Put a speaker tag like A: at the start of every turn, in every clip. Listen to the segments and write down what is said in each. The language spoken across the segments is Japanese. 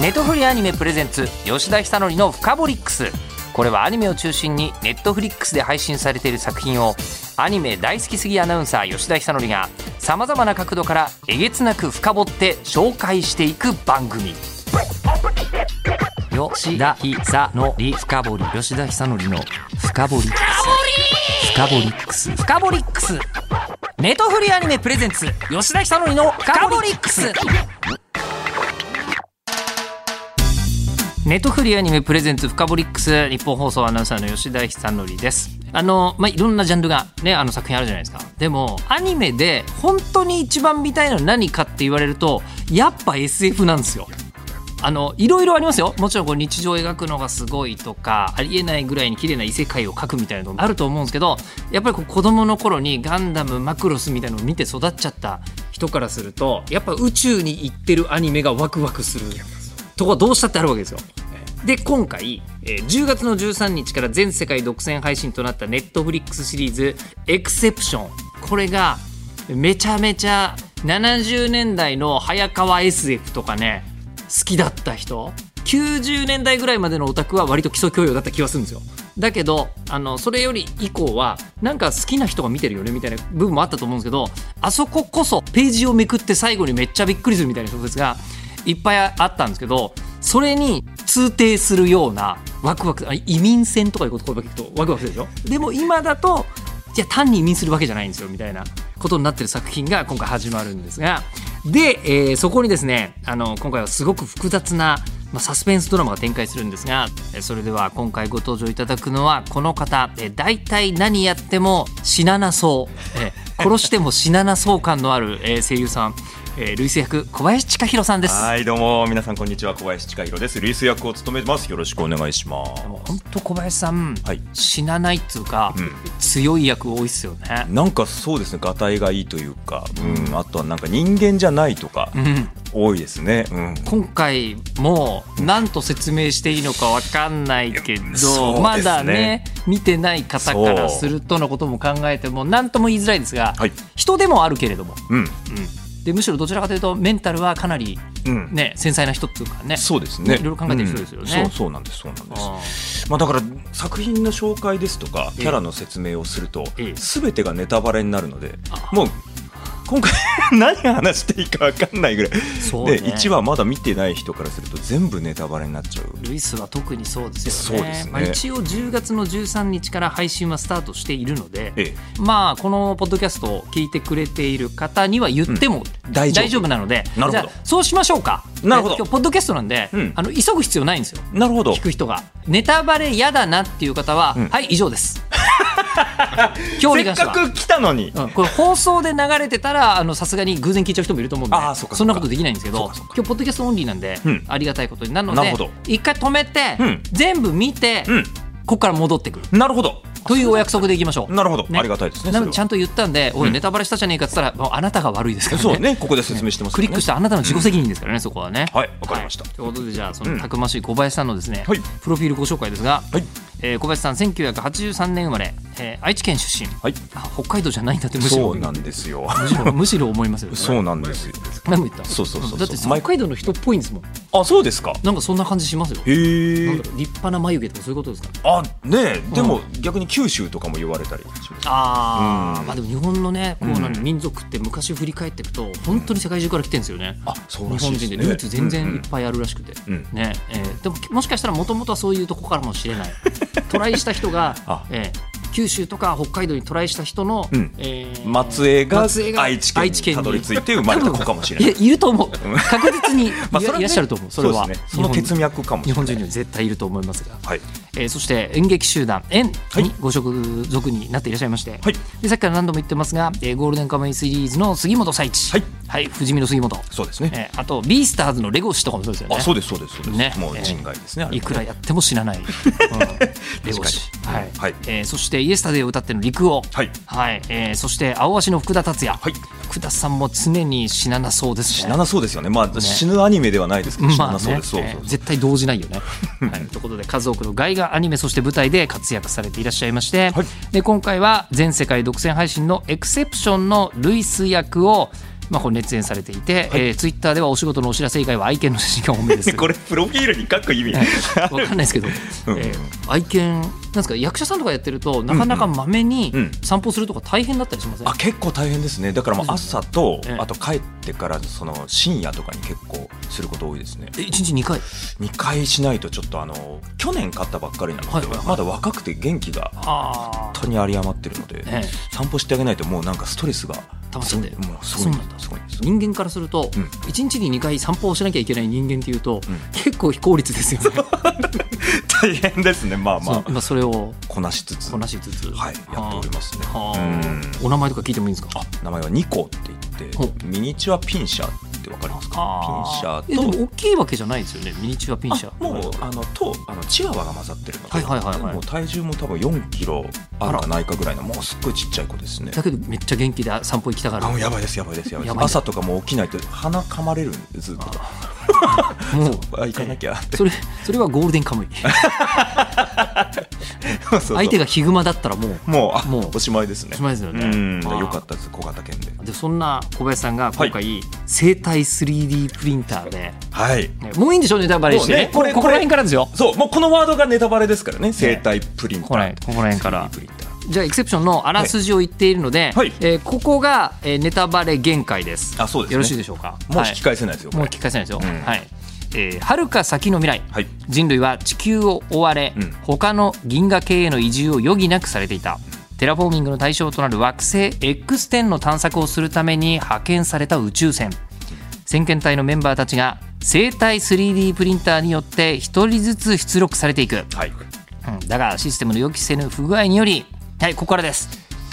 A: ネットフリアニメプレゼンツ吉田久典の「フカボリックス」これはアニメを中心にネットフリックスで配信されている作品をアニメ大好きすぎアナウンサー吉田久典がさまざまな角度からえげつなく深掘って紹介していく番組吉田久典深掘り吉田久典の深掘り深掘りックス深掘りックスネトフリアニメプレゼンツ吉田久典の深掘りックスネットフリアニメプレゼンツフカボリックス日本放送アナウンサーの吉田久典ですあの、まあ、いろんなジャンルがねあの作品あるじゃないですかでもアニメで本当に一番見たいのは何かって言われるとやっぱ SF なんですよあのいろいろありますよもちろんこう日常を描くのがすごいとかありえないぐらいに綺麗な異世界を描くみたいなのもあると思うんですけどやっぱりこう子供の頃にガンダムマクロスみたいなのを見て育っちゃった人からするとやっぱ宇宙に行ってるアニメがワクワクするとこはどうしたってあるわけですよ。で今回、えー10月の13日から全世界独占配信となったネットフリックスシリーズ「エクセプション」これがめちゃめちゃ70年代の早川 SF とかね好きだった人90年代ぐらいまでのオタクは割と基礎教養だった気がするんですよだけどあのそれより以降はなんか好きな人が見てるよねみたいな部分もあったと思うんですけどあそここそページをめくって最後にめっちゃびっくりするみたいな小説がいっぱいあったんですけどそれに通底するようなワクワクあ移民戦とかいう言葉聞くとワクワクするでしょでも今だとじゃあ単に移民するわけじゃないんですよみたいなことになってる作品が今回始まるんですがで、えーそこにですねあの今回はすごく複雑な、まあ、サスペンスドラマが展開するんですがえーそれでは今回ご登場いただくのはこの方えー大体何やっても死ななそう、えー殺しても死ななそう感のある、えー声優さん、えー、類似役小林千佳弘さんです。
B: はいどうも皆さんこんにちは小林千佳弘ですリース役を務めますよろしくお願いします
A: もう本当小林さん、
B: はい
A: 死なないっていうか、
B: うん
A: 強い役多いっすよね。
B: なんかそうですねがたいがいいというかうんあとはなんか人間じゃないとか
A: うん、
B: 多いですねうん
A: 今回も何と説明していいのかわかんないけど、
B: いやそうですね
A: まだね見てない方からするとのことも考えても何とも言いづらいですが、
B: はい
A: 人でもあるけれども、
B: うん
A: うん、でむしろどちらかというとメンタルはかなり、
B: うん
A: ね、繊細な人っていうかね
B: そうですね
A: いろいろ考えてる人ですよね
B: うんそうそうなんですそうなんです
A: あー
B: まあ、だから作品の紹介ですとか
A: ええ
B: キャラの説明をすると
A: ええ
B: すべてがネタバレになるので
A: あ
B: もう今回 何話していいか分かんないぐらい
A: そうね
B: で1話まだ見てない人からすると全部ネタバレになっちゃう
A: ルイスは特にそうですよ
B: そう
A: ね
B: ですね
A: まあ、一応10月の13日から配信はスタートしているので、
B: ええ
A: まあこのポッドキャストを聞いてくれている方には言っても、
B: うん
A: 大丈
B: 大丈
A: 夫
B: 夫
A: なので
B: なるほど
A: じゃあそうしましょうか
B: なるほど
A: え今日ポッドキャストなんで、
B: うん
A: あの急ぐ必要ないんですよ
B: なるほど
A: 聞く人がネタバレ嫌だなっていう方は、
B: うん
A: はい以上です 今日に
B: せ
A: 関
B: っ
A: しては
B: かく来たのに、
A: うん、これ放送で流れてたらあのさすがに偶然聞いちゃう人もいると思うんで
B: あーそうかそうか
A: んなことできないんですけ
B: そう
A: ど
B: かそうか
A: 今日ポッドキャストオンリーなんで、
B: うん
A: ありがたいことになるの
B: な
A: で
B: るほど
A: 一回止めて、
B: うん
A: 全部見て、
B: うん
A: ここから戻ってくる
B: なるほど
A: というお約束でいきましょう。
B: なるほど、
A: ね
B: ありがたいですね
A: なので
B: それは
A: ちゃんと言ったんで、おい、
B: うん
A: ネタバレしたじゃねえかって言ったら、もうあなたが悪いですからね。
B: そうねここで説明してます
A: ク
B: から
A: リ
B: ね
A: ックしたあなたの自己責任ですからね、そこはね。
B: はいわかりました
A: ということで、じゃあ、その
B: うん
A: たくましい小林さんのですね、
B: はい
A: プロフィールご紹介ですが、
B: はい
A: えー小林さん、1983年生まれ、えー愛知県出身、
B: はい
A: あ北海道じゃないんだって、むしろ
B: そうなんで すよ
A: むしろむしろ思いますよ、ね。
B: そうなんですよ
A: 何も言った。
B: そうそうそうそうん
A: だって北海道の人っぽいんですもん。
B: あそうですか
A: なんかそんな感じしますよ。
B: へ
A: なん
B: え
A: だろう立派な眉毛とかそういうことですか。
B: あねえでも逆に九州とかも言われたりします
A: ああ、
B: うん
A: まあでも日本のね、こうなんか
B: うん
A: 民族って昔振り返っていくと本当に世界中から来てるんですよね。
B: あそう
A: 日
B: らし
A: 本
B: いです
A: 人で
B: ね
A: ルーツ全然
B: うん
A: いっぱいあるらしくて、
B: うん
A: ねえーでももしかしたらもともとはそういうとこからもしれない トライした人が
B: あ、
A: えー九州とか北海道にトライした人の、
B: うん
A: えー
B: 松江が
A: 松江が
B: 愛知県にたどり着いて生まれた子かもしれない
A: やいると思う確実 にい,、いらっしゃると思うそれは
B: うですねその
A: 日
B: 血
A: 本
B: 脈かもし
A: 日
B: れな
A: 本
B: い
A: 人には絶対いると思いますが、
B: はい
A: えーそして演劇集団演
B: はい
A: にご所属になっていらっしゃいまして、
B: はい
A: でさっきから何度も言ってますが、えーゴールデンカムイシリーズの杉本佐一
B: はい、
A: 不死身の杉本、
B: そうですね
A: えーあとビースターズのレゴシとかもそうですよね
B: あそうですそうですそうです、
A: ね
B: もう人外ですね、あれ
A: い
B: は
A: くらやっても死な ない、うんレゴシ、
B: 確かに
A: はい
B: はい
A: えーそして「イエスタデイ」を歌っての陸王、
B: はい
A: えーそして青足の福田達也、
B: はい
A: 福田さんも常に死ななそうですし
B: 死ななそうですよねまあ死ぬアニメではないですけど、死な
A: まあ
B: なそう
A: ね
B: です、そうそうそう
A: 絶対動じないよ ね。はい、ということで数多くの外画アニメそして舞台で活躍されていらっしゃいまして、
B: はい
A: で今回は全世界独占配信の「エクセプション」のルイス役をまあ、こう熱演されていて、えーツイッターではお仕事のお知らせ以外は愛犬の写真が多めです
B: これプロフィールに書く意味、
A: はいわかんないですけど、
B: うん
A: えー愛犬なんですか役者さんとかやってるとなかなかまめに
B: うん
A: 散歩するとか大変だったりしません、
B: あ結構大変ですねだからもう朝と、
A: ええ
B: あと帰ってからその深夜とかに結構すること多いですね
A: え一日二回
B: 2回しないとちょっとあの去年買ったばっかりなので、
A: はいはいはい
B: まだ若くて元気が
A: あ
B: 本当に有り余ってるので、
A: ええ
B: 散歩してあげないともうなんかストレスが
A: 溜まっちゃって
B: もうすごい
A: そうなんだ
B: すごいんです、
A: 人間からすると、
B: うん
A: 一日に二回散歩をしなきゃいけない人間っていうと、
B: うん
A: 結構非効率ですよね
B: 大変ですねまあま
A: そ
B: あ
A: うまあ、それを
B: こなしつつ
A: こなしつつ
B: はい、やっておりますね
A: は
B: う
A: あお名前とか聞いてもいいんですか
B: んあ名前はニコって言っ
A: ほ
B: てミニチュアピンシャーってわかりますかピンシャ
A: えで
B: ーと
A: も大きいわけじゃないですよねミニチュアピンシャ
B: あもうあのとあのチワワが混ざってるので、
A: はいはいはいはい
B: もう体重も多分4キロあるかないかぐらいのもうすっごいちっちゃい子ですね
A: だけどめっちゃ元気で散歩行きたがる
B: あもうやばいですやばいですやばいです
A: やばいね
B: 朝とかもう起きないと鼻噛まれるんでずっと
A: もう
B: あ行かなきゃって
A: それそれはゴールデンカムイ
B: そうそう
A: 相手がヒグマだったらもう
B: もうあ
A: もう
B: おしまいですね
A: おしまいですよね
B: うん
A: あー
B: よかったです小型犬で
A: でそんな小林さんが今回、生体 3D プリンターで、
B: はい
A: ねもういいんでしょネタバレして、ね
B: もうねこ
A: も
B: れ
A: うここら辺からですよ
B: そうもうこのワードがネタバレですからね生体プリンタ
A: こ
B: ー
A: こら辺ここら辺から
B: 3D プリンター
A: じゃあエクセプションのあらすじを言っているので、
B: はい
A: えーここが、えーネタバレ限界です
B: あそうですね
A: よろしいでしょうか
B: もう
A: はい
B: 引き返せないですよこ
A: もう
B: れ
A: 聞かせないですよ。
B: うん
A: はい。えー、遥か先の未来、
B: はい
A: 人類は地球を追われ、
B: うん
A: 他の銀河系への移住を余儀なくされていた。テラフォーミングの対象となる惑星 X10 の探索をするために派遣された宇宙船。先遣隊のメンバーたちが生体 3D プリンターによって一人ずつ出力されていく。
B: はい
A: うんだがシステムの予期せぬ不具合により、はいここからです。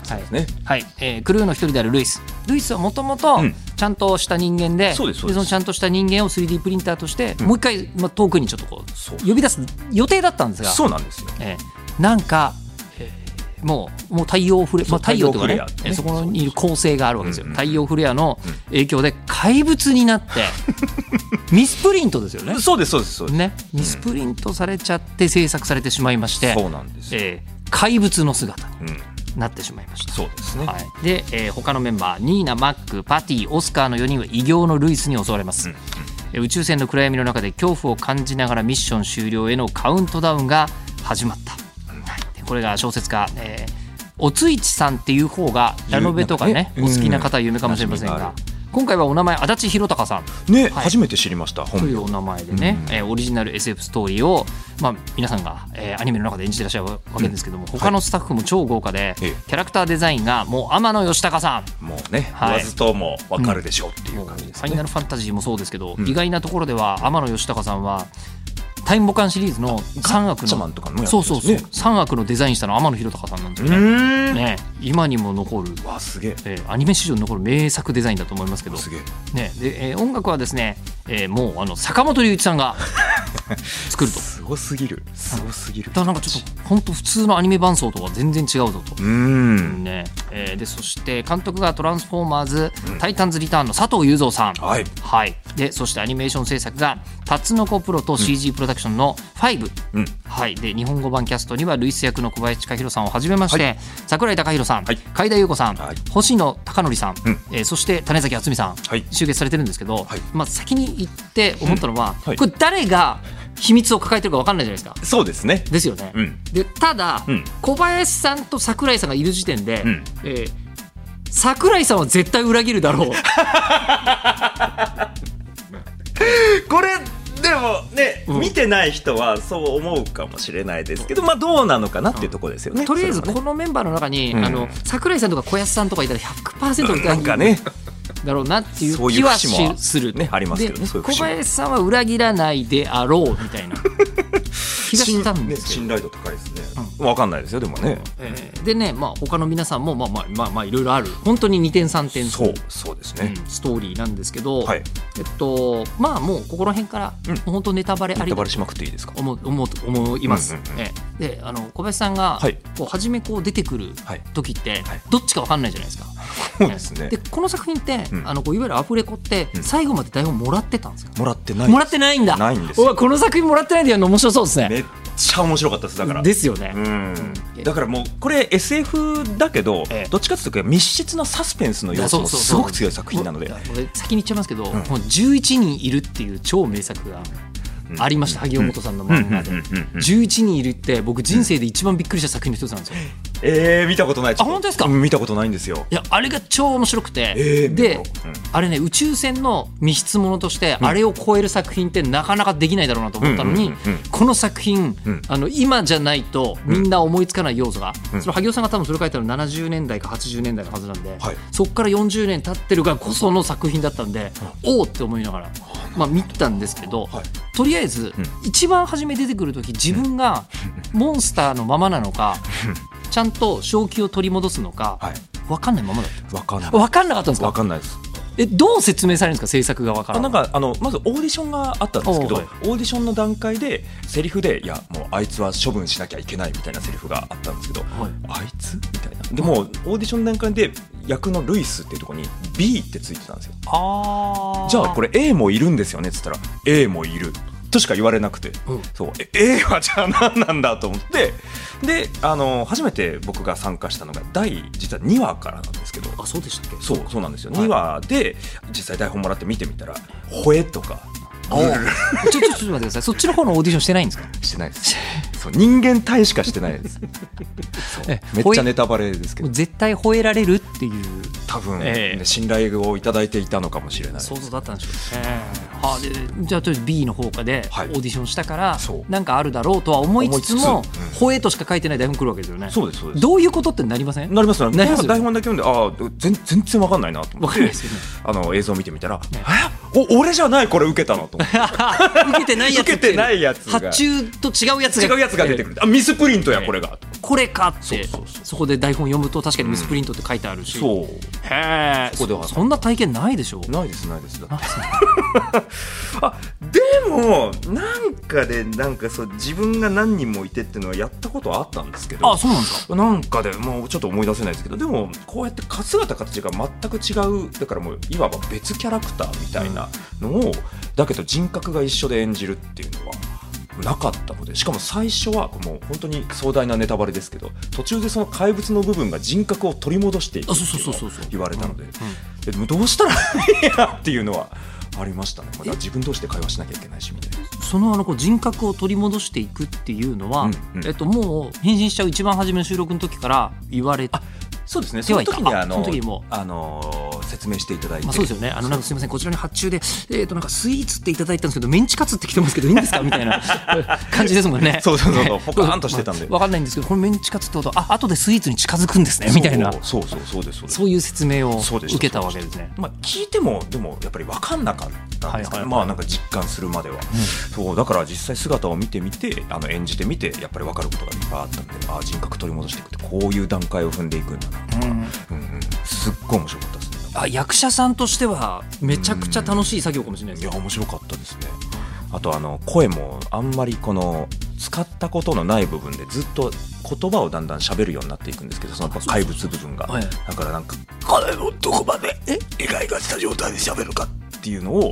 A: はい
B: ね
A: はいえークルーの一人であるルイスルイスはもともと
B: うん
A: ちゃんとした人間で,、
B: そうですそうです
A: のちゃんとした人間を 3D プリンターとして、もう一回、まあ、遠くにちょっとこ
B: そう
A: う呼び出す予定だったんですが、
B: そうなんですよ
A: えーなんか、えーもうもう太陽フレア、まあ、
B: そう
A: 太陽とかね
B: 太陽フ
A: え
B: レアね
A: ーそこにいる恒星があるわけですよ、
B: うんうん
A: 太陽フレアの影響で怪物になってミスプリントですよね
B: そうですそうですそうです
A: ねミスプリントされちゃって制作されてしまいまして、
B: そうなんですよ
A: えー怪物の姿に
B: うん
A: なってしまいました。
B: そうですね
A: はい、で、えー他のメンバーニーナマックパティオスカーの4人は異形のルイスに襲われます、
B: うんうん
A: えー宇宙船の暗闇の中で恐怖を感じながらミッション終了へのカウントダウンが始まった、はいでこれが小説家、えーおついちさんっていう方がラノベとかね
B: 有名なねうん
A: お好きな方は有名かもしれませんが,、
B: 馴染みがある
A: 今回はお名前足立博隆さん
B: ね
A: はい
B: 初めて知りました
A: と
B: 本
A: い
B: 名
A: うお名前でね、
B: うん
A: えーオリジナル SF ストーリーを、まあ、皆さんが、えーアニメの中で演じてらっしゃるわけですけども、他のスタッフも超豪華で、
B: ええ
A: キャラクターデザインがもう天野義高さん
B: もうね言
A: はい
B: わずともわかるでしょうっていう感じで
A: フ
B: す
A: ァイナ
B: ね
A: ルファンタジーもそうですけど、
B: うん
A: 意外なところでは天野義高さんはタイムボカンシリーズの3悪
B: ガッチャマ
A: の、
B: ンとかもやって
A: そ
B: ま
A: う
B: すね
A: そうそう、3悪のデザインしたのは天野弘隆さんなんです
B: う
A: よね,、
B: ーん
A: ね今にも残る、
B: わすげえ
A: えーアニメ史上に残る名作デザインだと思いますけど、
B: すげえ
A: ねでえー音楽はですね、えーもうあの坂本龍一さん が作ると。
B: すごすぎるすごすぎる
A: だからなんかちょっと本当普通のアニメ伴奏とは全然違うぞと。
B: うーん
A: ねえーでそして監督が「トランスフォーマーズ」タイタンズ・リターン」の佐藤雄三さん、
B: はい
A: はい、でそしてアニメーション制作がタツノコプロと CG プロダクションの5、
B: うん
A: はい、で日本語版キャストにはルイス役の小林貴弘さんをはじめまして、
B: は
A: 桜井貴弘さん、
B: はい
A: 海田裕子さん、
B: はい
A: 星野貴則さん、
B: うん
A: えーそして種崎敦美さん、
B: はい
A: 集結されてるんですけど、
B: はい
A: まあ、先に言って思ったのは、
B: うんはい
A: これ誰が秘密を抱えてるか分かんないじゃないですか。
B: そうですね
A: ですよね、
B: うん
A: でただ、
B: うん
A: 小林さんと桜井さんがいる時点で、
B: うん
A: えー桜井さんは絶対裏切るだろう
B: これでもね、
A: うん
B: 見てない人はそう思うかもしれないですけど、まあどうなのかなっていうところですよね。
A: とりあえず
B: それはね
A: このメンバーの中に、
B: うん
A: あの桜井さんとか小林さんとかいたら100%
B: なんかね、
A: だろうなっていう
B: そういう
A: 気は
B: 節も
A: しする
B: ねありますけどね
A: で
B: そういう
A: 小
B: 節も
A: 林さんは裏切らないであろうみたいな 気がしたんですけど、
B: 信頼度高いですね。わ、かんないですよでもね。
A: えーでねまあ他の皆さんもまあまあまあまあいろいろある本当に2点3点
B: そうそうですね。
A: うんストーリーなんですけど、
B: はい
A: えっとまあもうここら辺から、
B: うん
A: もう本当ネタバレあ
B: ネ
A: り
B: タバ
A: だ
B: レ
A: と
B: しまくっていいですか。
A: 思う思う思います。
B: うんうんうん
A: ええであの小林さんが、
B: はい
A: こう初めこう出てくる
B: はい
A: 時って、
B: はい
A: どっちかわかんないじゃないですか。
B: そうですね
A: で。この作品って、
B: うん
A: あのこういわゆるアフレコって、
B: うん
A: 最後まで台本もらってたんですか、
B: もらってない。
A: もらってないんだ
B: ないんですよ
A: うわこの作品もらってないでやるの面白そうですね
B: めっちゃ面白かったですだから
A: ですよね、
B: うん、だからもうこれ SF だけど、
A: ええ
B: どっちかというと密室のサスペンスの要素もすごく強い作品なので
A: もう俺先に言っちゃいますけど、もう11人いるっていう超名作がありました、萩尾本さんの漫画で、
B: うんうんうんうんうん
A: 11人いるって僕人生で一番びっくりした作品の一つなんですよ、い
B: えー、見たことないあ
A: 本当ですか
B: 見たことないんですよ
A: やあれが超面白くて、
B: えー
A: で、
B: うん
A: あれね宇宙船の密室ものとしてあれを超える作品ってなかなかできないだろうなと思ったのに、
B: うんうんうんうん
A: この作品、
B: うん
A: あの今じゃないとみんな思いつかない要素が、
B: うん
A: それ萩尾さんが多分それ書いたの70年代か80年代のはずなんで、
B: はい
A: そこから40年経ってるがこその作品だったんで、おおって思いながら、まあ、見たんですけど、
B: はい
A: とりあえず、
B: うん
A: 一番初め出てくる時自分がモンスターのままなのか、ちゃんと正気を取り戻すのか、
B: はい
A: 分かんないままだっ
B: わかんない
A: た分かんなかったんです
B: わ
A: か
B: かんないです
A: えどう説明されるんですか制作が分か
B: あ
A: ら
B: な
A: なんい
B: かあのまずオーディションがあったんですけど、
A: おうはい
B: オーディションの段階でセリフで「いやもうあいつは処分しなきゃいけない」みたいなセリフがあったんですけど「
A: はい
B: あいつ?」みたいなでもうオーディションの段階で役のルイスっていうところに「B」ってついてたんですよ
A: あー
B: じゃあこれ A もいるんですよねっつったら A もいるとしか言われなくて、
A: うん
B: そうえ A はじゃあ何なんだと思ってであの初めて僕が参加したのが第実は2話からなんですけど
A: あそうでしたっけ
B: そうそうなんですよ、
A: はい
B: 2話で実際台本もらって見てみたら「ほえ」とか
A: おー ちょちょちょっと待ってくださいそっちの方のオーディションしてないんですか
B: してないです そう人間体しかしてないですそう
A: え
B: めっ
A: ほ
B: ち
A: え
B: ゃネタバレですけ
A: も
B: ど
A: う絶対吠えられるっていう
B: 多分、
A: ええ
B: ね信頼をいただいていたのかもしれない
A: 想像だったんでしょうね、はあでじゃあとりあえず B の方かでオ
B: はい
A: ーディションしたから、
B: そう
A: なんかあるだろうとは思いつつも
B: 思いつつ
A: 吠えとしか書いてない台本来るわけですよね
B: そうですそうです
A: どういうことってなりません
B: なりますなり
A: な
B: ま
A: ります
B: す
A: よね
B: 台本だけ読んでああ全全然わかんないなと思
A: わ
B: っ
A: かんない
B: て
A: ですよね
B: あの映像見てみたら、えお俺じゃないこれ受けたのと思って
A: 受けてないやつって
B: 受けてないやつが
A: 発注と違うやつが
B: 違うやつが出てくるあミスプリントやこれが、
A: これかってそ
B: そうそうそう
A: こで台本読むと確かにミスプリントって書いてあるし、
B: そ
A: へえ
B: そこでは
A: そそんな体験ないでしょ
B: うないですないですだって あでもなんかでなんかそう自分が何人もいてっていうのはやったことはあったんですけど
A: あそうなんですか
B: なんかでもうちょっと思い出せないですけどでもこうやって姿形が全く違うだからもういわば別キャラクターみたいなのを、だけど人格が一緒で演じるっていうのはなかったのでしかも最初はもう本当に壮大なネタバレですけど途中でその怪物の部分が人格を取り戻していく
A: あ
B: っ
A: そうそう
B: ていう
A: そう
B: の
A: そう
B: を
A: そう
B: 言われたので
A: うん
B: でもどうしたらいいやっていうのはありましたね、まあだから自分同士で会話しなきゃいけないしみたいな。
A: そのあのこう人格を取り戻していくっていうのは、
B: うんうん
A: えっと、もう変身しちゃう一番初めの収録の時から言われて
B: そうですね
A: で
B: そ
A: は
B: の
A: いた
B: 時に
A: あ
B: あの
A: その時にも
B: あのー説明していただいて、
A: まあ、そうですよねあのなんかすみませんこちらに発注で、えっとなんかスイーツっていただいたんですけどメンチカツって来てますけどいいん ですかみたいな感じですもんね。
B: そうそうそうそう
A: ね
B: ポカーンとしてたんで
A: まあわかんないんですけどこのメンチカツってことはあ後でスイーツに近づくんですねみたいな
B: そうそうそうですそうです
A: そういう説明を
B: そうで
A: 受
B: した
A: けたわけですね。
B: まあ聞いてもでもやっぱり分かんなかったんですけ
A: はいはいは
B: ど
A: い
B: まあなんか実感するまでは、そうだから実際姿を見てみてあの演じてみてやっぱり分かることがいっぱいあったんでああ人格取り戻していくってこういう段階を踏んでいくんだな、
A: うん
B: うんうん、すっごい面白かったですね
A: あ役者さんとしてはめちゃくちゃ楽しい作業かもしれない
B: い
A: です
B: や面白かったですねあとあの声もあんまりこの使ったことのない部分でずっと言葉をだんだん喋るようになっていくんですけどその怪物部分が、
A: はい
B: だからなんか「彼のどこまで理解がした状態で喋るか」っていうのを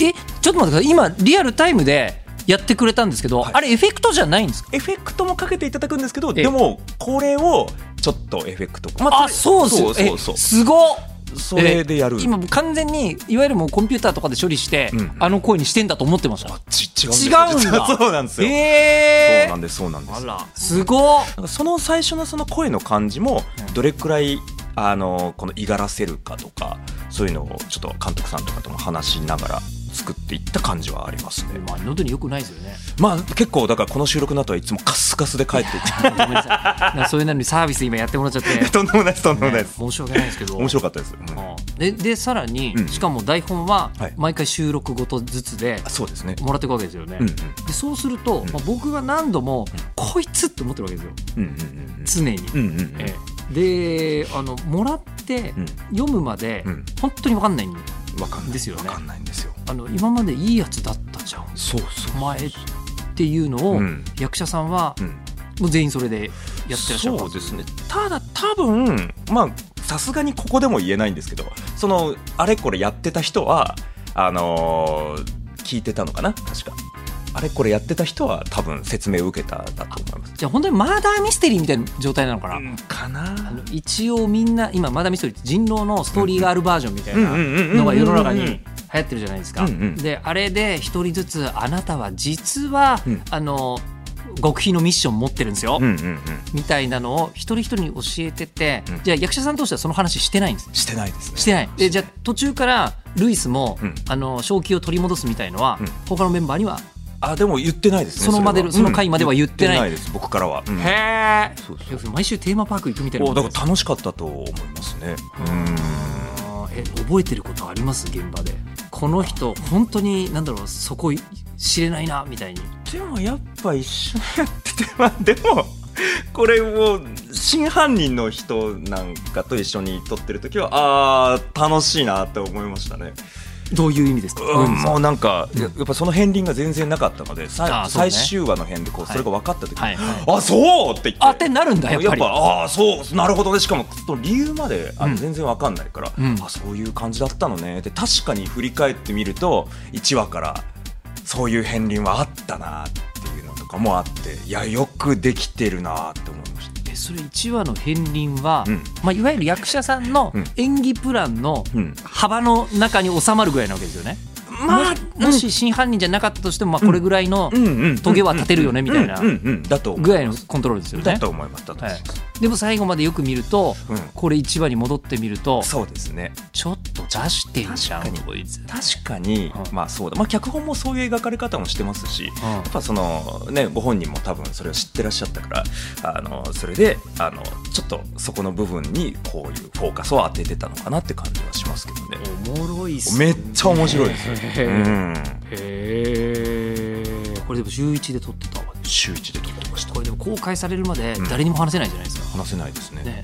A: えちょっと待ってください今リアルタイムでやってくれたんですけど、
B: はい
A: あれエフェクトじゃないんですか
B: エフェクトもかけていただくんですけど
A: ええ
B: でもこれをちょっとエフェクト、ま
A: あそうです
B: そ
A: よ
B: うそうそう
A: えすごっ
B: それでやる
A: え今完全にいわゆるもうコンピューターとかで処理して、
B: うん
A: あの声にしてんだと思ってました
B: ち違
A: 違うん
B: ですよ
A: だ
B: そうなんですよ、
A: え
B: そうな
A: ー
B: んですそうなんです
A: あらすごっ
B: なんかその最初のその声の感じも
A: うん
B: どれくらい、あのこのいがらせるかとかそういうのをちょっと監督さんとかとも話しながら作っていった感じはありますね、
A: まあ喉に良くないですよね
B: まあ結構だからこの収録の後はいつもカスカスで帰っていっ
A: ごめんなさ いなんかそういうのにサービス今やってもらっちゃって、
B: て とんでもないですとんでもないです、
A: 申し訳ないですけど
B: 面白かったです、うん
A: ああででさらに、
B: うん
A: しかも台本は
B: はい
A: 毎回収録ごとずつで
B: あそうですね
A: もらっていくわけですよね、
B: うんうん
A: でそうすると、
B: ん
A: まあ、僕は何度も「こいつ!」って思ってるわけですよ
B: うんうん
A: 常に。
B: うんうんうんうん
A: ええであのもらって
B: うん
A: 読むまで、
B: うん
A: 本当に分かんないん
B: わかんない
A: ですよね
B: わかんないんですよ
A: あの今までいいやつだったじゃん
B: そうそう
A: お前っていうのを、
B: うん
A: 役者さんは、
B: うん
A: もう全員それでやってらっしゃる
B: そうですねただ多分まあさすがにここでも言えないんですけどそのあれこれやってた人はあのー聞いてたのかな確かあれこれやってた人は多分説明を受けただと思います。
A: じゃあ本当にマーダーミステリーみたいな状態なのかな、
B: かな
A: 一応みんな今まだミステリーって人狼のストーリーがあるバージョンみたい
B: うんうんうんうんうんう
A: なんのが世の中に流行ってるじゃないですか。
B: うんうん
A: であれで一人ずつあなたは実は、
B: うん
A: あの極秘のミッション持ってるんですよ、
B: うんうんうん
A: みたいなのを一人一人に教えてて、
B: うん
A: じゃあ役者さんとしてはその話してないんです。
B: してないですね。
A: してないでじゃあ途中からルイスも、
B: うん
A: あの正気を取り戻すみたいのは、
B: うん
A: 他のメンバーには
B: あでも言ってないですね。
A: そのまで
B: れは
A: その回までは言ってない
B: 言です僕からは。うん
A: へえ
B: そうそう
A: 毎週テーマパーク行くみたいなも
B: お
A: んで
B: だ
A: す
B: から楽しかったと思いますね。
A: あーえ覚えてることあります現場でこの人本当になんだろうそこい知れないなみたいに
B: でもやっぱ一緒にやっててまあでも これを真犯人の人なんかと一緒に撮ってる時はあー楽しいなって思いましたね。
A: どういう意味ですか、
B: うん、も
A: は
B: うなんか、
A: うん
B: ややっぱその片鱗が全然なかったので、さ
A: あーそうね
B: 最終話の辺でこうそれが分かった時に、
A: いはい
B: あそうって言って
A: あってなるんだやっぱり
B: ああそうなるほどでしかもその理由まであ
A: うん
B: の全然わかんないから、
A: うん
B: あそういう感じだったのねで確かに振り返ってみると1話からそういう片鱗はあったなっていうのとかもあっていやよくできてるなって思いました。
A: えそれ1話の片鱗は、
B: うん
A: まあ、いわゆる役者さんの
B: うん
A: 演技プランの
B: うん
A: 幅の中に収まるぐらいなわけですよね、
B: まあ
A: ももし真犯人じゃなかったとしても、まあ、これぐらいのトゲは立てるよねみたいな
B: うんうんうんだと思う
A: ぐらいのコントロールですよ
B: だ
A: ね
B: と思いますだと思います
A: でも最後までよく見ると、
B: うん
A: これ1話に戻ってみると
B: そうですね
A: ちょっと出してんじゃん
B: 確かに
A: こいつ
B: 確かに、
A: うん
B: まあそうだ、まあ、脚本もそういう描かれ方もしてますし、
A: うん
B: やっぱそのねご本人も多分それを知ってらっしゃったからあのそれであのちょっとそこの部分にこういうフォーカスを当ててたのかなって感じはしますけどね
A: おもろいっす
B: めっちゃ面白いです
A: へ
B: うん
A: えこれでも週一で撮ってたわ
B: 週一で撮ってました
A: これでも公開されるまで誰にも話せないじゃないですか、
B: 話せないですね
A: ね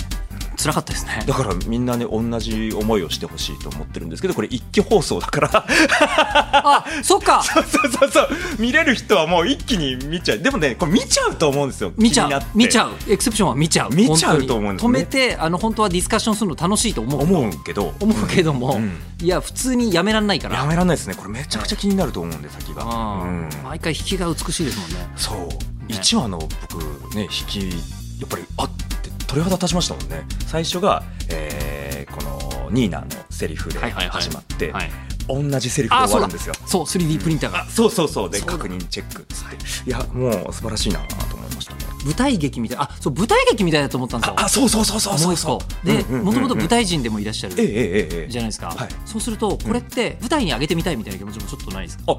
A: 辛かったです ね
B: だからみんなね同じ思いをしてほしいと思ってるんですけどこれ一気放送だから
A: あそっか
B: そうそうそう見れる人はもう一気に見ちゃうでもねこれ見ちゃうと思うんですよ
A: 見ちゃ
B: 気にな
A: う
B: って
A: 見ちゃうエクセプションは見ちゃう
B: 見ちゃうと思うんです
A: 本当に
B: ね
A: 止めてあの本当はディスカッションするの楽しいと思う
B: 思うけど
A: 思うけども、
B: うん
A: いや普通にやめらんないから
B: やめられないですねこれめちゃくちゃ気になると思うんで先が、
A: うん
B: うん
A: 毎回引きが美しいですもんね
B: そう、1話の僕ね引きやっぱりあって鳥肌立ちましたもんね最初が、えーこのニーナのセリフで
A: はいはいはい
B: 始まって、
A: はい
B: 同じセリフで
A: あ
B: 終わ
A: そう
B: る
A: だ
B: んですよ
A: そう 3D プリンターが
B: そうそうそうで
A: そうだ
B: 確認チェックっつっていやもう素晴らしいなと思いましたね
A: 舞台劇みたいあそう舞台劇みたいだと思ったんですよ
B: あそうそうそうそう
A: も
B: そうう
A: 一
B: そ
A: 個
B: う
A: で
B: うんうんうんうん
A: もともと舞台人でもいらっしゃ
B: ええ
A: る
B: ええええ
A: じゃないですか、
B: はい
A: そうするとこれって舞台に上げてみたいみたいな気持ちもちょっとないですか
B: あ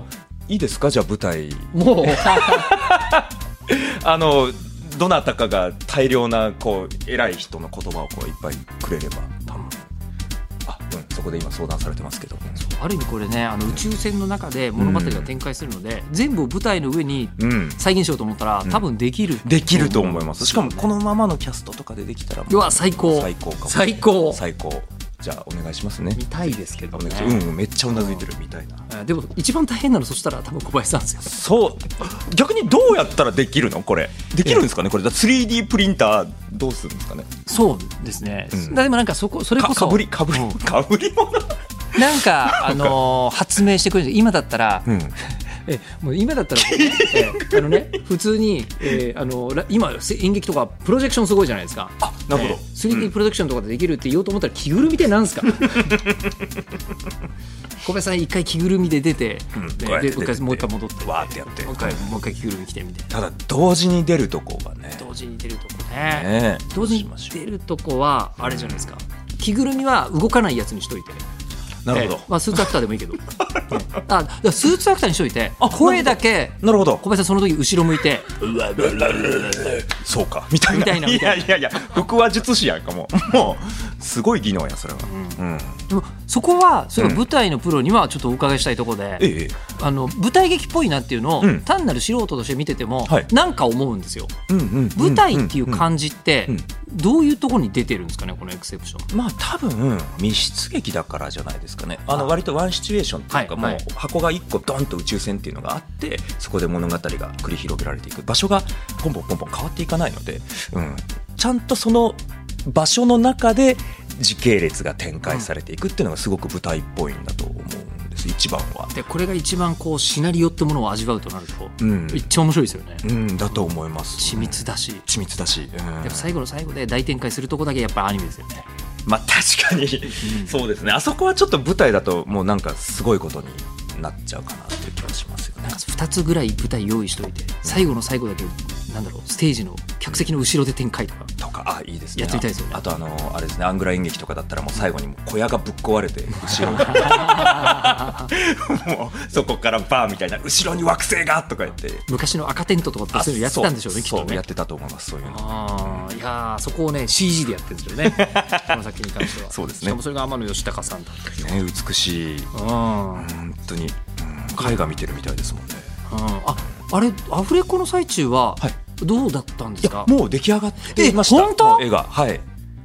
B: いいですかじゃあ舞台
A: もう
B: あのどなたかが大量なこう偉い人の言葉をこういっぱいくれれば多分あ、うん、そこで今相談されてますけど
A: ある意味これねあの宇宙船の中で物語が展開するので、全部を舞台の上に
B: うん
A: 再現しようと思ったら、
B: うん
A: 多分できる
B: できると思いますしかもこ
A: の
B: のままのキャストとかでできたらも
A: うわ最高
B: 最高かも
A: 最高
B: 最高じゃあお願いしますね
A: 見たいですけど
B: お願い
A: ね
B: しますうんうんめっちゃうなずいてるみたいな
A: あでも一番大変なのそしたら多分小林さんですよ
B: そう逆にどうやったらできるのこれできるんですかねこれだ 3D プリンターどうするんですかね
A: そうですね、
B: うん
A: だでもなんかそこそれこ
B: か
A: そ
B: かぶりかぶり
A: うん
B: かぶり物
A: なんか、あのー発明してくれるんです今だったら、
B: うん
A: えもう今だったら、 えあのね、普通に、えーあのら今せ演劇とかプロジェクションすごいじゃないですか。
B: あなるほど
A: えー 3D プロジェクションとかでできるって言おうと思ったら着ぐるみってなんです か小林さん一回着ぐるみで出て、
B: うん
A: で
B: こうやって
A: でもう一
B: 出
A: 回
B: て
A: もう一回戻って
B: わーってやって
A: もう一回もう一回着ぐるみ着てみたいな
B: ただ同時に出るとこがね
A: 同時に出るとこね
B: ねえ
A: 同時に出るとこはあれじゃないですか、着ぐるみは動かないやつにしといて
B: なるほ
A: え
B: ど
A: え、まあ、スーツアクターでもいい けど、ねあだからスーツアクターにしといて声だけ
B: なるほど
A: 小林さんその時後ろ向いて
B: そうかみたい
A: み
B: な
A: たいなみたい
B: やいやいや腹話術師やんかもうもうすごい技能やそれはうん、
A: でもそこはそれは
B: うん
A: 舞台のプロにはちょっとお伺いしたいところで、
B: ええ
A: あの舞台劇っぽいなっていうのを、
B: うん
A: 単なる素人として見てても、
B: はい
A: なんか思うんですよ
B: うんうんうん
A: 舞台っていう感じって、
B: うんうん
A: どういうところに出てるんですかねこのエクセプション。
B: まあ多分密室劇だからじゃないですかねあの割とワンシチュエーションっていうか
A: はい
B: も
A: は
B: う
A: い
B: 箱が1個ドンと宇宙船っていうのがあってそこで物語が繰り広げられていく場所がポンポンポンポン変わっていかないので、うん、ちゃんとその場所の中で時系列が展開されていくっていうのがすごく舞台っぽいんだと思うんですよねです一番は。
A: でこれが一番こうシナリオってものを味わうとなると、
B: うん
A: 一番面白いですよね、
B: うん、だと思います。
A: 緻密だし、
B: 緻密だし、うん
A: やっぱ最後の最後で大展開するとこだけやっぱアニメですよね
B: まあ確かに、そうですねあそこはちょっと舞台だともうなんかすごいことになっちゃうかなっていう気はしますよ
A: な
B: ね
A: んか2つぐらい舞台用意しといて最後の最後だけなんだろうステージの客席の後ろで展開とか
B: とかあいいですね
A: やってみたいですよね
B: ああとあのあれですねアングラ演劇とかだったらもう最後にもう小屋がぶっ壊れて 後ろにもうそこからバーみたいな後ろに惑星がとか言って
A: 昔の赤テントとかってそういうのやってたんでしょうねきっ
B: そ
A: と
B: うや
A: ね
B: ってたと思いますそういうの
A: ああいやーそこをね CG でやってるんですよね この作品に関しては
B: そうですね
A: しかもそれが天野義高さんだったりと
B: ね美しい
A: うんうん
B: 本当に、うん、絵画見てるみたいですもんね
A: ああれアフレコの最中は
B: はい
A: どうだったんで
B: い
A: すか、
B: やもう出来上がっていました
A: え本当
B: もう絵がはい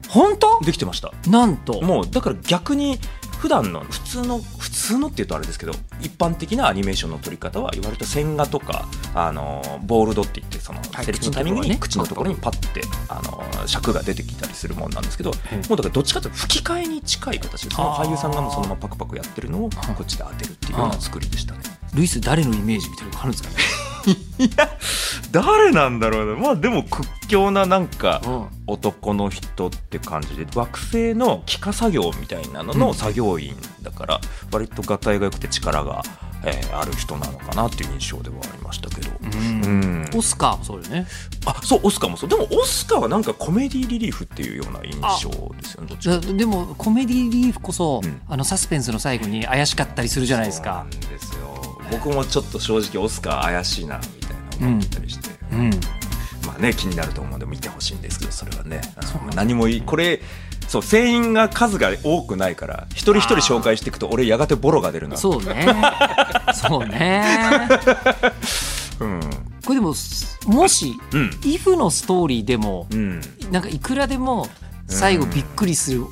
A: 本当
B: できてました
A: なんと
B: もうだから逆に普段の普通の普通のっていうとあれですけど一般的なアニメーションの撮り方は割と線画とかあのボールドって言ってその
A: はい
B: セリフのタイミングに
A: 口
B: 口
A: の
B: の
A: と
B: と
A: こ
B: こ
A: ろに
B: ろにパッてあの尺が出てきたりするもんなんですけども
A: うん
B: うだからどっちかというと吹き替えに近い形でその俳優さんがもうそのままパクパクやってるのをこっちで当てるっていうような作りでしたね。
A: ルイス誰のイメージみたいなのがあるんですかね、
B: 誰なんだろうなまあでも屈強ななんか
A: うん
B: 男の人って感じで惑星の気化作業みたいなの
A: うん
B: の作業員だから割とがたいが良くて力が、えーある人なのかなっていう印象ではありましたけど。うん
A: オスカーもそうよね
B: あそうオスカーもそうでもオスカーはなんかコメディリリーフっていうような印象ですよねどっち
A: じゃ
B: か
A: でもコメディリーフこそ、
B: うん
A: あのサスペンスの最後に怪しかったりするじゃないですか
B: そうなんですよ僕もちょっと正直オスカー怪しいなみたいな思ってたりして、
A: うん
B: まあね気になると思うので見てほしいんですけどそれはねあの
A: そうなんだ
B: 何もいいこれそう船員が数が多くないから一人一人紹介していくと俺やがてボロが出るな
A: そうねそうね
B: うん
A: これでもすもし
B: うん
A: 「イフのストーリーでも
B: うん
A: なんかいくらでも最後びっくりする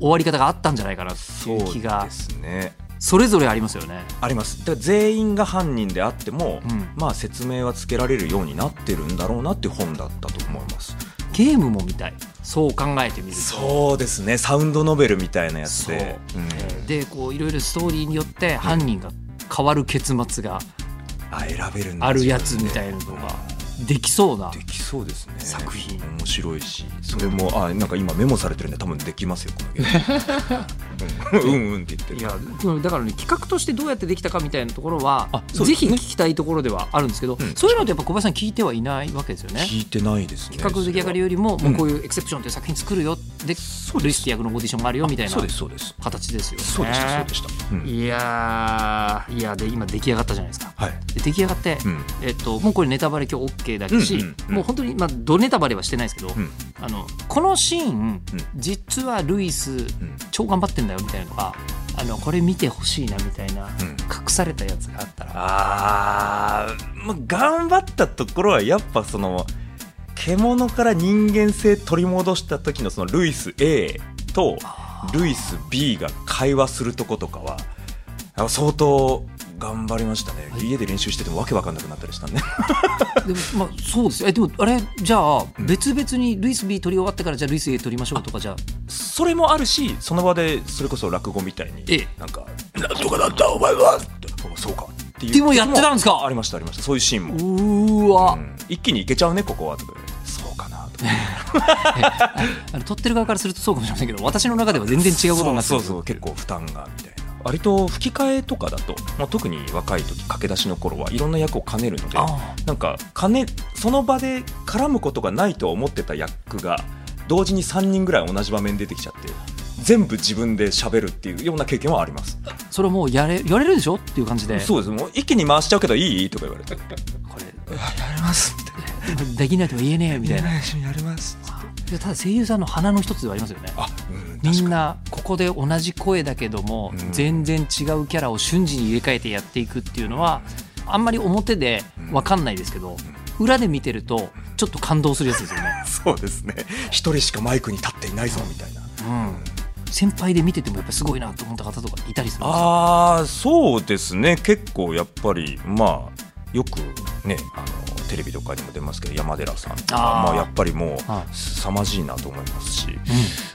A: 終わり方があったんじゃないかなって
B: そ
A: いうう気が
B: ですね
A: それぞれありますよね
B: ありますだから全員が犯人であっても、
A: うん
B: まあ説明はつけられるようになってるんだろうなっていう本だったと思います
A: ゲームも見たいそう考えてみると
B: そうですねサウンドノベルみたいなやつ
A: そう
B: でうん
A: でこういろいろストーリーによって犯人が変わる結末が
B: あ選べるんだ
A: あるやつみたいなのができそうな
B: できそうですね
A: 作品
B: 面白いしそれもあなんか今メモされてるんで多分できますよこのゲ ームうんうんって言って
A: い
B: る
A: やだからね企画としてどうやってできたかみたいなところは、
B: あそう
A: ぜ
B: です
A: ひ
B: ね
A: 聞きたいところではあるんですけど、
B: ん
A: そういうのってやっぱ小林さん聞いてはいないわけですよね。
B: 聞いてないですね
A: 企画出来上がりよりも、もうこういうエクセプションという作品作るよで
B: そうです
A: ルイスティ役のオーディションがあるよみたいな
B: そうですそうです
A: 形ですよね。
B: そうでしたそうでした、うん
A: いやーいやで今出来上がったじゃないですか。
B: はい
A: で出来上がって、
B: うん
A: えっと、もうこれネタバレ今日 OK だし、
B: うんうんうん
A: もう本当に、まあ、どネタバレはしてないですけど、
B: うん
A: あのこのシーン、
B: うん
A: 実はルイス、
B: ん
A: 超頑張ってんだよみたいなのがあのこれ見てほしいなみたいな、
B: うん
A: 隠されたやつがあったら
B: あー、まあ頑張ったところはやっぱその獣から人間性取り戻した時のそのルイス A とルイス B が会話するとことかはあ相当頑張りましたね、
A: はい
B: 家で練習しててもわけわかんなくなったりしたん で
A: でも、まあ、そうですよえでもあれじゃあ、別々にルイス B 取り終わってからじゃあルイス A 取りましょうとかじゃあ
B: それもあるしその場でそれこそ落語みたいに
A: ええ
B: なんか「なんとかだったお前は!」ってあそうか」っていう
A: でもやってたんですか
B: ありましたありましたそういうシーンも
A: う、ーわ、
B: うん一気にいけちゃうねここはとか言われてそうかなとか
A: あの撮ってる側からするとそうかもしれませんけど私の中では全然違うことになって
B: そ
A: る
B: うそうそう結構負担がみたいな割と吹き替えとかだと、まあ、特に若い時駆け出しの頃はいろんな役を兼ねるので
A: あ
B: なんか兼ねその場で絡むことがないと思ってた役が同時に3人ぐらい同じ場面出てきちゃって全部自分で喋るっていうような経験はあります
A: それもうやれやれるでしょっていう感じで
B: そうですもう一気に回しちゃうけどいいとか言われてや
A: これ
B: りますみたいな
A: できないとは言えねえみたいな
B: 緒にやります
A: でただ声優さんの鼻の一つではありますよね
B: あうん
A: みんなここで同じ声だけども、
B: うん
A: 全然違うキャラを瞬時に入れ替えてやっていくっていうのはあんまり表で分かんないですけど、裏で見てるとちょっと感動するやつですよね、
B: そうですね一人しかマイクに立っていないぞみたいな
A: うん、先輩で見ててもやっぱすごいなと思った方とかいたりするんですよ
B: あーそうですね結構やっぱりまあよくねあのテレビとかにも出ますけど山寺さんとか
A: あー
B: まあ、やっぱりも
A: は
B: う凄まじいなと思いますし、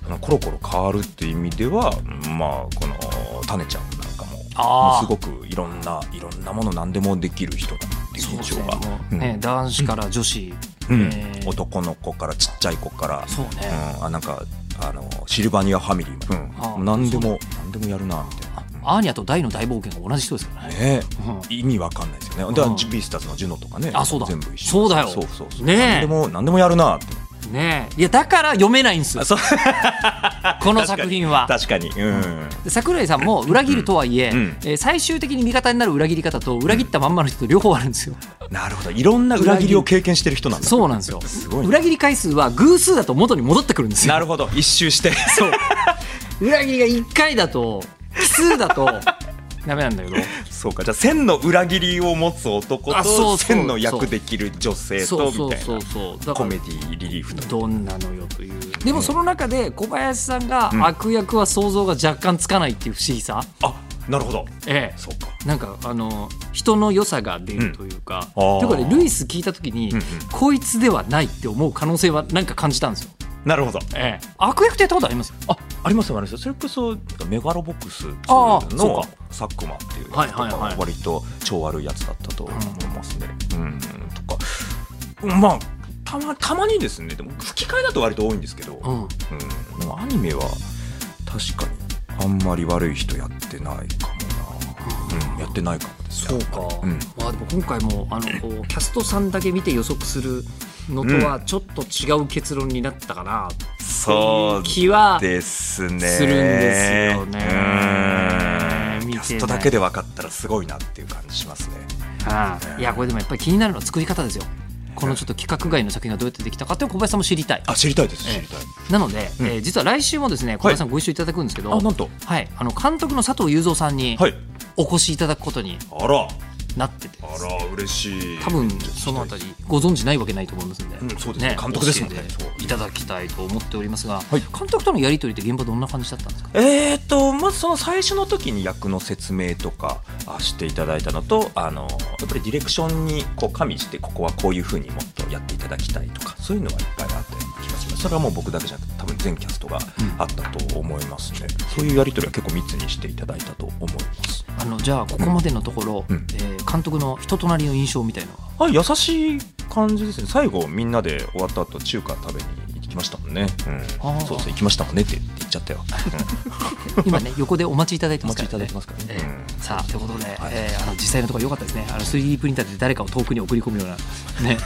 B: あのコロコロ変わるっていう意味ではまあこの種ちゃんなんかも
A: あー
B: もうすごくいろんないろんなもの何でもできる人だっていう印象が、
A: も
B: う
A: うんね、男子から女子、
B: うん
A: えー
B: 男の子からちっちゃい子から
A: そうね、
B: うん、あなんかあのシルバニアファミリーも、うん
A: ああ
B: もう何でも何でもやるなみたいな。
A: アーニャと大の大冒険が同じ人ですからね。
B: ね
A: うん
B: 意味わかんないですよね。で、
A: うん
B: ビースターズのジュノとかね、
A: あそうだ
B: 全部一緒
A: そうだよ
B: そうそうそう。
A: ねえ
B: 何でも何でもやるなって。
A: ねえいやだから読めないんですよ
B: あそう
A: この作品は。
B: 確かに。うん。
A: で桜井さんも裏切るとはいえ、
B: うん
A: えー最終的に味方になる裏切り方と裏切ったまんまの人と両方あるんですよ。
B: なるほど。いろんな裏切りを経験してる人なん だ。
A: そうなんですよ。
B: すごいね
A: 裏切り回数は偶数だと元に戻ってくるんですよ。
B: なるほど。一周して。そう。
A: 裏切りが1回だと奇数だとダメなん だけど。
B: そうか。じゃあ千の裏切りを持つ男
A: あそうそう
B: と千の役できる女性
A: そう
B: と
A: そう
B: みたい
A: そ
B: な
A: うそう。だか
B: コ
A: ら
B: メディリリーフと。
A: どんなのよという。でもその中で小林さんが
B: ん
A: 悪役は想像が若干つかないっていう不思議さ。
B: あ、なるほど。
A: ええ。
B: そうか。
A: なんかあの人の良さが出るというか、
B: うんあー
A: ということでルイス聞いた時に、
B: んうん
A: こいつではないって思う可能性はなんか感じたんですよ。
B: なるほど。
A: ええ、悪役ってやったことあります
B: あありますよありますよそれこそメガロボックス
A: あ
B: の
A: ーそうか
B: サックマっていうやつとか
A: はいはいはい
B: 割と超悪いやつだったと思いますね。うん、とかまあたまたまにですねでも吹き替えだと割と多いんですけど、
A: うん、
B: うん、でもアニメは確かにあんまり悪い人やってないかもな、うん、やってないかもです
A: そうか、
B: うん
A: まあ、でも今回もあのこうキャストさんだけ見て予測するのとはちょっと違う結論になったかなっていう気は
B: ですね
A: するんですよね
B: うん
A: 見てない
B: キャストだけで分かったらすごいなっていう感じしますね。
A: ああいやこれでもやっぱり気になるのは作り方ですよこのちょっと規格外の作品がどうやってできたかっていうのを小林さんも知りたい
B: あ知りたいです
A: ええ
B: 知りたい。
A: なので、
B: うん
A: えー実は来週もですね小林さんご一緒いただくんですけど、
B: あ
A: はい
B: なんと
A: あの監督の佐藤雄三さんに
B: はい。
A: お越しいただくことに
B: あら、
A: なってて、
B: あら、嬉しい。
A: 多分そのあたりご存知ないわけないと思いますんで、
B: うんそうですね監督ですもんね
A: 教えていただきたいと思っておりますが、
B: い
A: 監督とのやり取りって現場どんな感じだったんですか
B: えーとまずその最初の時に役の説明とかあしていただいたのとあのやっぱりディレクションにこう加味してここはこういうふうにもっとやっていただきたいとかそういうのはいっぱいあったような気がしますそれはもう僕だけじゃなくて多分全キャストがあったと思いますね、そういうやり取りは結構密にしていただいたと思います
A: あのじゃあここまでのところ、
B: うん
A: えー監督の人となりの印象みたいなのは
B: あ優しい感じですね最後みんなで終わった後中華食べに行きましたもんね、うん
A: あー
B: そうですね行きましたもんねって言っちゃったよ
A: 今 ね横でお待ちいただいて
B: お
A: ます
B: 待
A: か
B: ちい
A: らね
B: ただいて。ますから
A: え
B: ね、うん
A: ーさあということで、
B: はい
A: えーあの実際のところ良かったですねあの 3D プリンターで誰かを遠くに送り込むような、ね、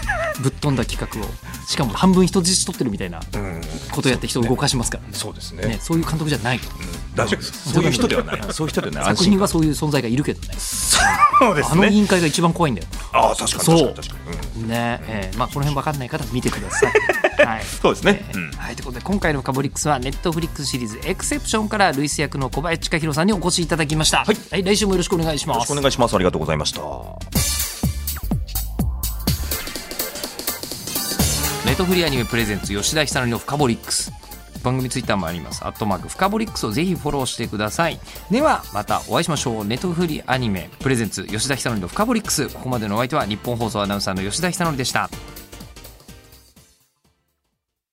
A: ぶっ飛んだ企画をしかも半分人質取ってるみたいな
B: うん
A: ことやって人を動かしますからね
B: そうですね
A: ねそういう監督じゃないと
B: うん大丈夫ですそういう人ではないそういう人ではない安
A: 作
B: 心
A: 品はそういう存在がいるけどね
B: そうで
A: あの委員会が一番怖いんだよ
B: ああ確か
A: そ
B: に
A: う
B: 確かに確かに、うん
A: ねえーまあこの辺分かんない方は見てください。はい
B: そうですね
A: えー
B: うん
A: はいということで今回の「フカボリックス」はネットフリックスシリーズ「エクセプション」からルイス役の小林千佳弘さんにお越しいただきました、はい来週もよろしくお願いし
B: よ
A: ま
B: ろし
A: す
B: くお願いしますありがとうございました
A: ネットフリーアニメプレゼンツ吉田久典のフカボリックス番組ツイッターもありますアットマークフカボリックスをぜひフォローしてくださいではまたお会いしましょうネットフリーアニメプレゼンツ吉田久典のフカボリックスここまでのお相手は日本放送アナウンサーの吉田久典でした